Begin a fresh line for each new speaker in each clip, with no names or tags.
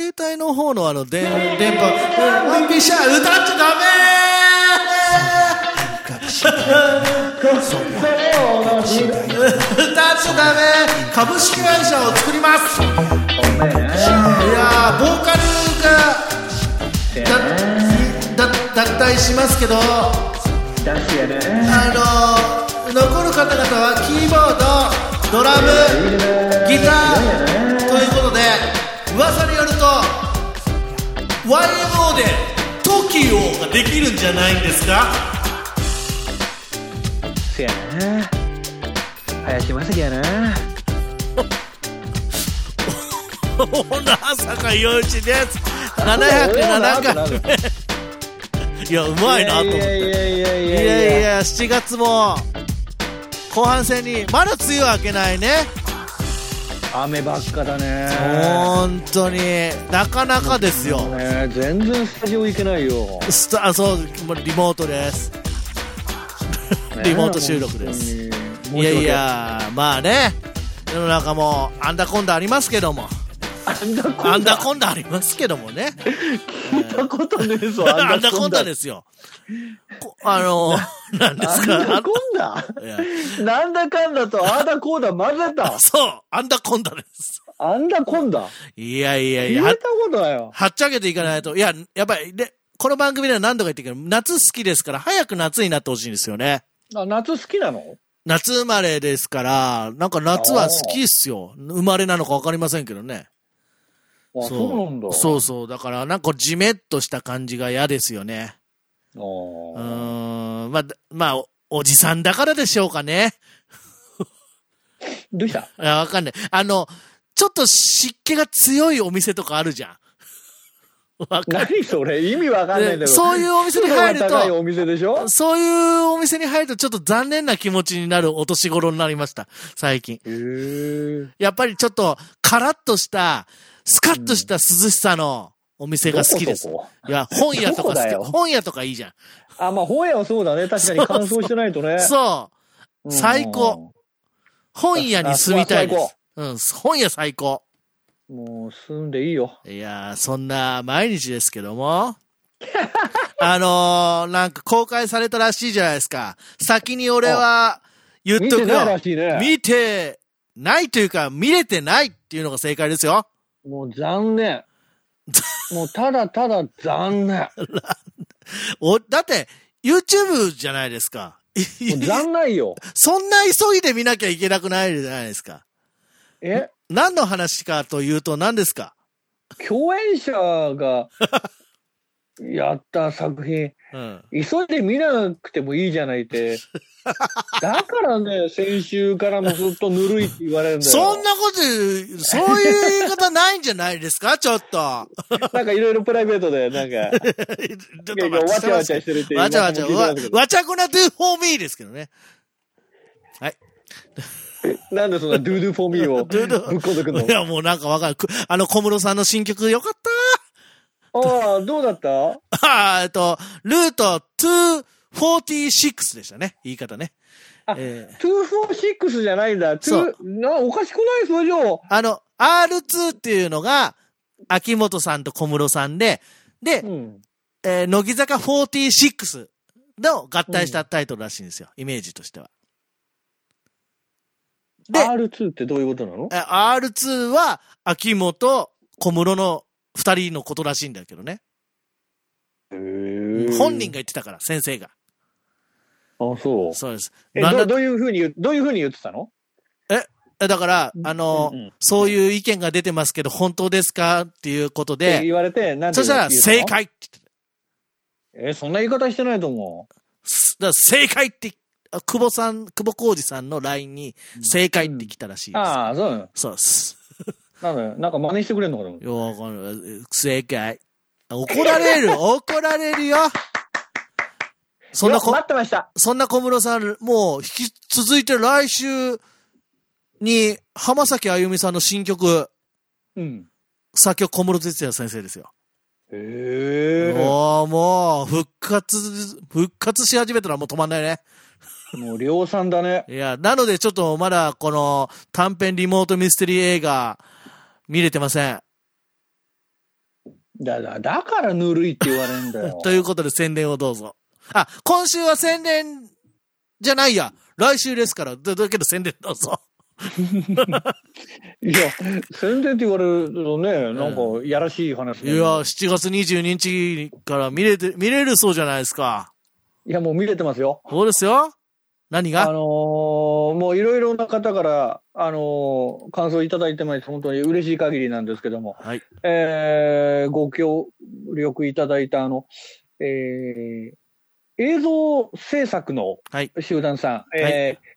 帯の方のあの電電波うんワンピーシャー歌っちゃダメー歌っちゃダメー株式会社を作りますいやーボーカルがだだ脱退しますけどあの残る方々はキーボードドラムギターということで噂によると YMO で TOKIO ができるんじゃないんですか
せやな林正樹やな
小坂陽一です707回目いやうまいなと思ってい
いやいやいやいやいや
やいや7月も後半戦にまだ梅雨は明けないね
雨ばっかだね
本当になかなかですよ
ね全然スタジオ行けないよ
スタあそうもうリモートです
ね
リモート収録ですい
本当
やい
に申し訳
やまあね世の中もアンダコンダありますけどもアンダコンダありますけどもね
聞いたことねえぞ
アンダコンダですすよこあ のなんです
アン
か
ダ
あ
コンダ
いや
なんだかんだとアンダコンダ混ぜた
そうアンダコンダです
アンダコンダ
いやいやい
聞
や
いた
は
ことだよ
はっちゃけていかないといややっぱりねこの番組では何度か言ってるけど夏好きですから早く夏になってほしいんですよね
あ夏好きなの
夏生まれですから、なんか夏は好きっすよ。生まれなのかわかりませんけどね。
あそうなんだ
そうそう。だから、なんかジメッとした感じが嫌ですよね。
あ
う
ー
ーん。まあ、だまあ、おおじさんだからでしょうかね。
どうした
いやわかんない。あの、ちょっと湿気が強いお店とかあるじゃん。 わか
何それ意味わかんないんだけど
る。そういうお店に入る
高い
と、
お店でしょ
そういうお店に入るとちょっと残念な気持ちになるお年頃になりました。最近。
へえ
やっぱりちょっと、カラッとした、スカッとした涼しさのお店が好きです。
どこ
いや、本屋とか
どこだ
好
よ
き。本屋とかいいじゃん。
あ、まあ、本屋はそうだね。確かに乾燥してないとね。
そう。
うん
最高。本屋に住みたいです。うん、本屋最高。
もう、住んでいいよ。
いやー、そんな毎日ですけども。 あのー、なんか公開されたらしいじゃないですか。先に俺は言っ
見
と
て
く
ないら
よ。
しいね。
見てないというか、見れてないっていうのが正解ですよ。
もう 残念。もうただただ残念。も
お、だって、YouTube じゃないですか。
う残な いよ。
そんな急いで見なきゃいけなくないじゃないですか。
え
何の話かというと何ですか
共演者がやった作品、
うん。
急いで見なくてもいいじゃな いって。だからね、先週からもずっとぬるいって言われるんだよ。
そんなこと言う、そういう言い方ないんじゃないです かちょっと。
なんかいろいろプライベートで、なんか、
ちょっ
い
と
やいや
待
わ
って
ちゃわちゃしてるっていう
わちゃわちゃ、
今も聞いて
わ
ますけど
わちゃこな do for me ですけどね。
なんでそんなドゥドゥフォーミ ーを
Do do
ぶっこんでく んの
いや、もうなんかわかる。くあの、小室さんの新曲よかっ
ああ、どうだった
た。 あーえっと、ルート246でしたね。言い方ね。
あ
えー
?246 じゃないんだ。
そ
2な、おかしくないそれじゃあ。
あの、R2 っていうのが、秋元さんと小室さんで、で、
うん。
えー乃木坂46の合体したタイトルらしいんですよ。イメージとしては。で
R2 ってどういうことなの
えー R2 は、秋元、小室の二人のことらしいんだけどね。本人
が。
が言ってたから、先生が。
あ、そう。
そうです。
え、
なん
ど
だ
どういうふうに言う、どういうふうに言ってたの
えだから、あの、
うんうん
そういう意見が出てますけど、本当ですかっていうこと
って
で、
言われて、なんて
そしたら、
言うの
正。解って言ってた
え、そんな言い方してないと思う。
すだから正解って、あ久保さん、久保浩二さんの LINE に、正解って来たらしいです。
ああ、そうなの
そうです。
なんだよ。なんか真似してくれんのかと思って。
ようわかんない。正解。怒られる怒られるよそんな
よ
こ
待、ってました。
そんな小室さん、もう引き続いて来週に浜崎あゆみさんの新曲、
うん。
作曲小室哲也先生ですよ。
へえ。も
もう、もう、復活、復活し始めたらもう止まんないね。
う量産だね。
いや、なのでちょっとまだこの短編リモートミステリー映画見れてません。
だだだからぬるいって言われる
。
んだよ
ということで宣伝をどうぞ。あ、今週は宣伝じゃないや。来週ですから、だだけど宣伝どうぞ。
いや、宣伝って言われるとね、なんかやらしい話
い
だ
や、
よね、
7月22日から見れて、見れるそうじゃないですか。
いやもう見れてますよ。
そうですよ。何
あ
が
のーもういろいろな方から、あのー感想いただいてまいて、本当に嬉しい限りなんですけども、
はい。
えーご協力いただいた、あの、えー映像制作の
はい
集団さん、えー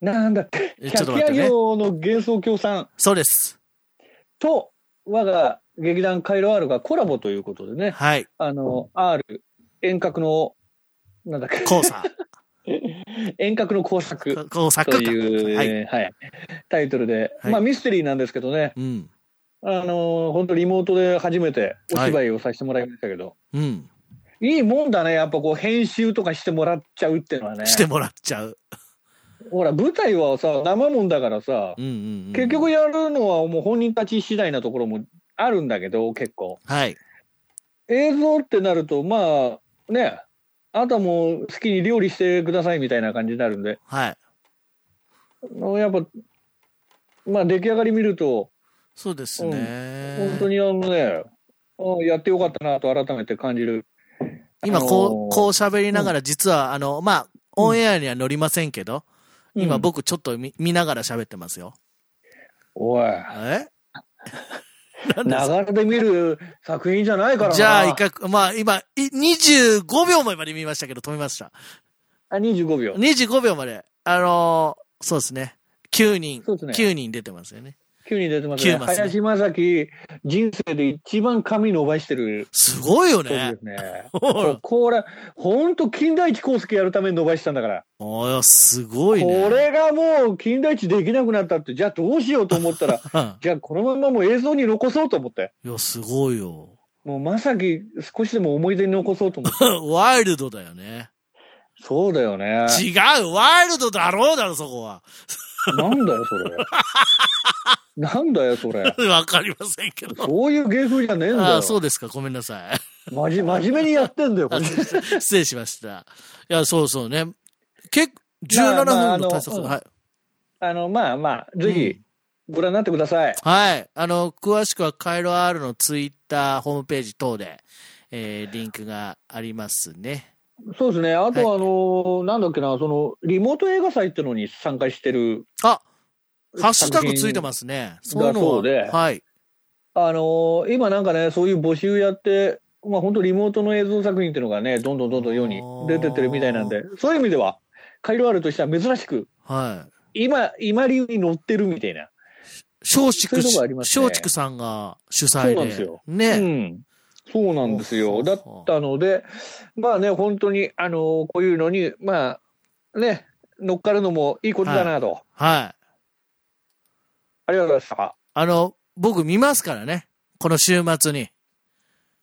なんだっけ、
えちょっと
百
待って
夜
ね
行の幻想郷さん
そうです。
と、我が劇団カイロ R がコラボということでね、
はい。
あの、R、遠隔の、なんだっけ、
交差。
遠隔の工作。
交差
と
か。
いう、
は。
はいいタイトルで、
はい
まあミステリーなんですけどね、
うん。
あのー本当リモートで初めてお芝居をさせてもらいましたけど、
うん。
い、いもんだね、やっぱこう編集とかしてもらっちゃうっていうのはね、
してもらっちゃう。
ほら舞台はさ生もんだからさ、
うんうん、うん。
結局、やるのはもう本人たち次第なところもあるんだけど、結構
はい。
映像ってなるとまあね。あとはもう好きに料理してくださいみたいな感じになるんで、
はい。
やっぱ、まあ出来上がり見ると、
そうですね。
本当にあのね、あやってよかったなと改めて感じる。
今こう、
あの
こ
ー
う喋りながら、実は、あの、まあ、オンエアには乗りませんけど、今
うん、
僕ちょっと見見ながら喋ってますよ。
おい、
え
ながらで見る作品じゃないからな。
じゃあ、いかく、まあ今、い25秒前まで見ましたけど、止めました。
あ、25秒。
25秒まで。あのーそうですね。9人、
そうですね
9人出てますよね。
9に出てます
九
ね。
マスね
林正樹、人生で一番髪伸ばしてる
すごいよ
時
ね
で。すね。
ほら。
これ、ほんと金田一耕助やるために伸ばしたんだから。
おーすごいね。
これがもう金田一できなくなったって、じゃあどうしようと思 ったら、
うん
じゃあこのままもう映像に残そうと思って。
いや、すごいよ。
もう正樹少しでも思い出に残そうと思って。
ワイルドだよね。
そうだよね。
違う、ワイルドだろうだろ、そこは。
なんだよ、それ。なんだよ、それ。
わかりませんけど。
そういう芸風じゃねえんだ
あ
よ。
あ、そうですか。ごめんなさい。
まじ真面目にやってんだよ、こ
あ
れ。
失礼しました。いや、そうそうね。結構、17分
まあまああの
の対策、
うん
はい。
あの、まあまあ、ぜひ、ご覧になってください。
はい。あの、詳しくはカイロ R のツイッター、ホームページ等で、えー、リンクがありますね。
そうですね。あと、
は
あの、なんだっけな、その、リモート映画祭ってのに参加してる。
あ、ハッシュタグついて
す。
ますね。そういうの
そうで
は。はい。
あの、今なんかね、そういう募集やって、まあ本当リモートの映像作品っていうのがね、どんどんどんどん世に出てってるみたいなんで、そういう意味では、カイロアルとしては珍しく、
はい。
今、今流に乗ってるみたいな。
松
そう
竹
いうとこ
し、
ありますね
松竹さんが主催で。
そうなんですよ
ね。
うん、そうなんです
ほう
よ。
ほ
だ
う
っ
ほう
たので、まあね、本当に、あのこういうのに、まあ、ね、乗っかるのもいいことだなと。
はい。
ありがとうございました。
あの、僕見ますからね。この週末に。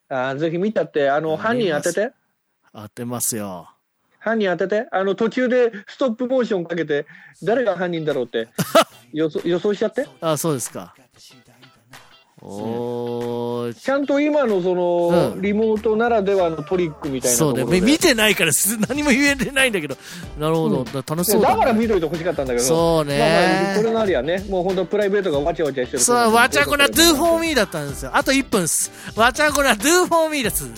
あーぜひ見たって、あ
あ
の、犯
り
人
がと
当
うござ
てて。
当てますよ。
犯人当てて。あの、途中でストップモーションかけて、誰が犯人だろうって、予想予想しちゃって。
あ、そうですか。おー、
ちゃんと今のその、
うん
リモートならではのトリックみたいなと
そ
こ
うね。
ろ
み
で。
見てないからす何も言えてないんだけど。なるほど。
うん
だ楽し
いや
そうだ、ね。
だから見といてほしかったんだけど。
そう
まあまあこ
ね。
れのありはね、もう本当プライベートがわちゃわちゃしてる。
そう、わちゃこな do for me だったんですよ。あと1分っす。わちゃこな do for me です。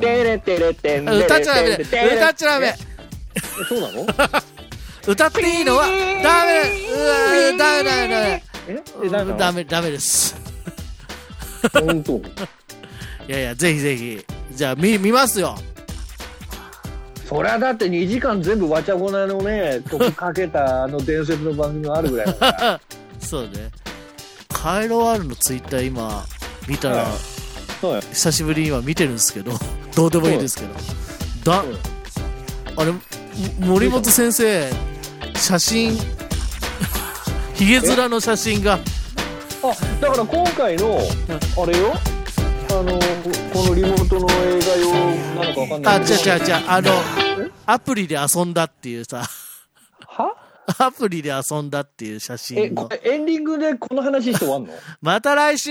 テレテレテン
あ歌っちゃダメだよ。歌っちゃダメ。
そうなの
歌っていいのはダメだ。うわダメだダメ
ええ
ダ
な
メ。
ん
ダ
か
メ、ダメです。
本当
いやいや、ぜひぜひ。じゃあ、見、見ますよ。
そりゃだって2時間全部わちゃごなのね曲かけたあの伝説の番組があるぐらいだから
そうね。カイロワールのツイッター今見たら、
はいそうよ
久しぶりに今見てるんですけど、 どうでもいいですけど。だ、
そうよ
あれ、も森本先生、写真、 ヒゲ面の写真が、
あだから今回のあれよあのこのリモートの映画用なのかわかんな
あ、
いけど
違う違う違う、あの
え、
アプリで遊んだっていうさ、
は
アプリで遊んだっていう写
え
真
こ
の。
れエンディングでこの話して終わんの
また来週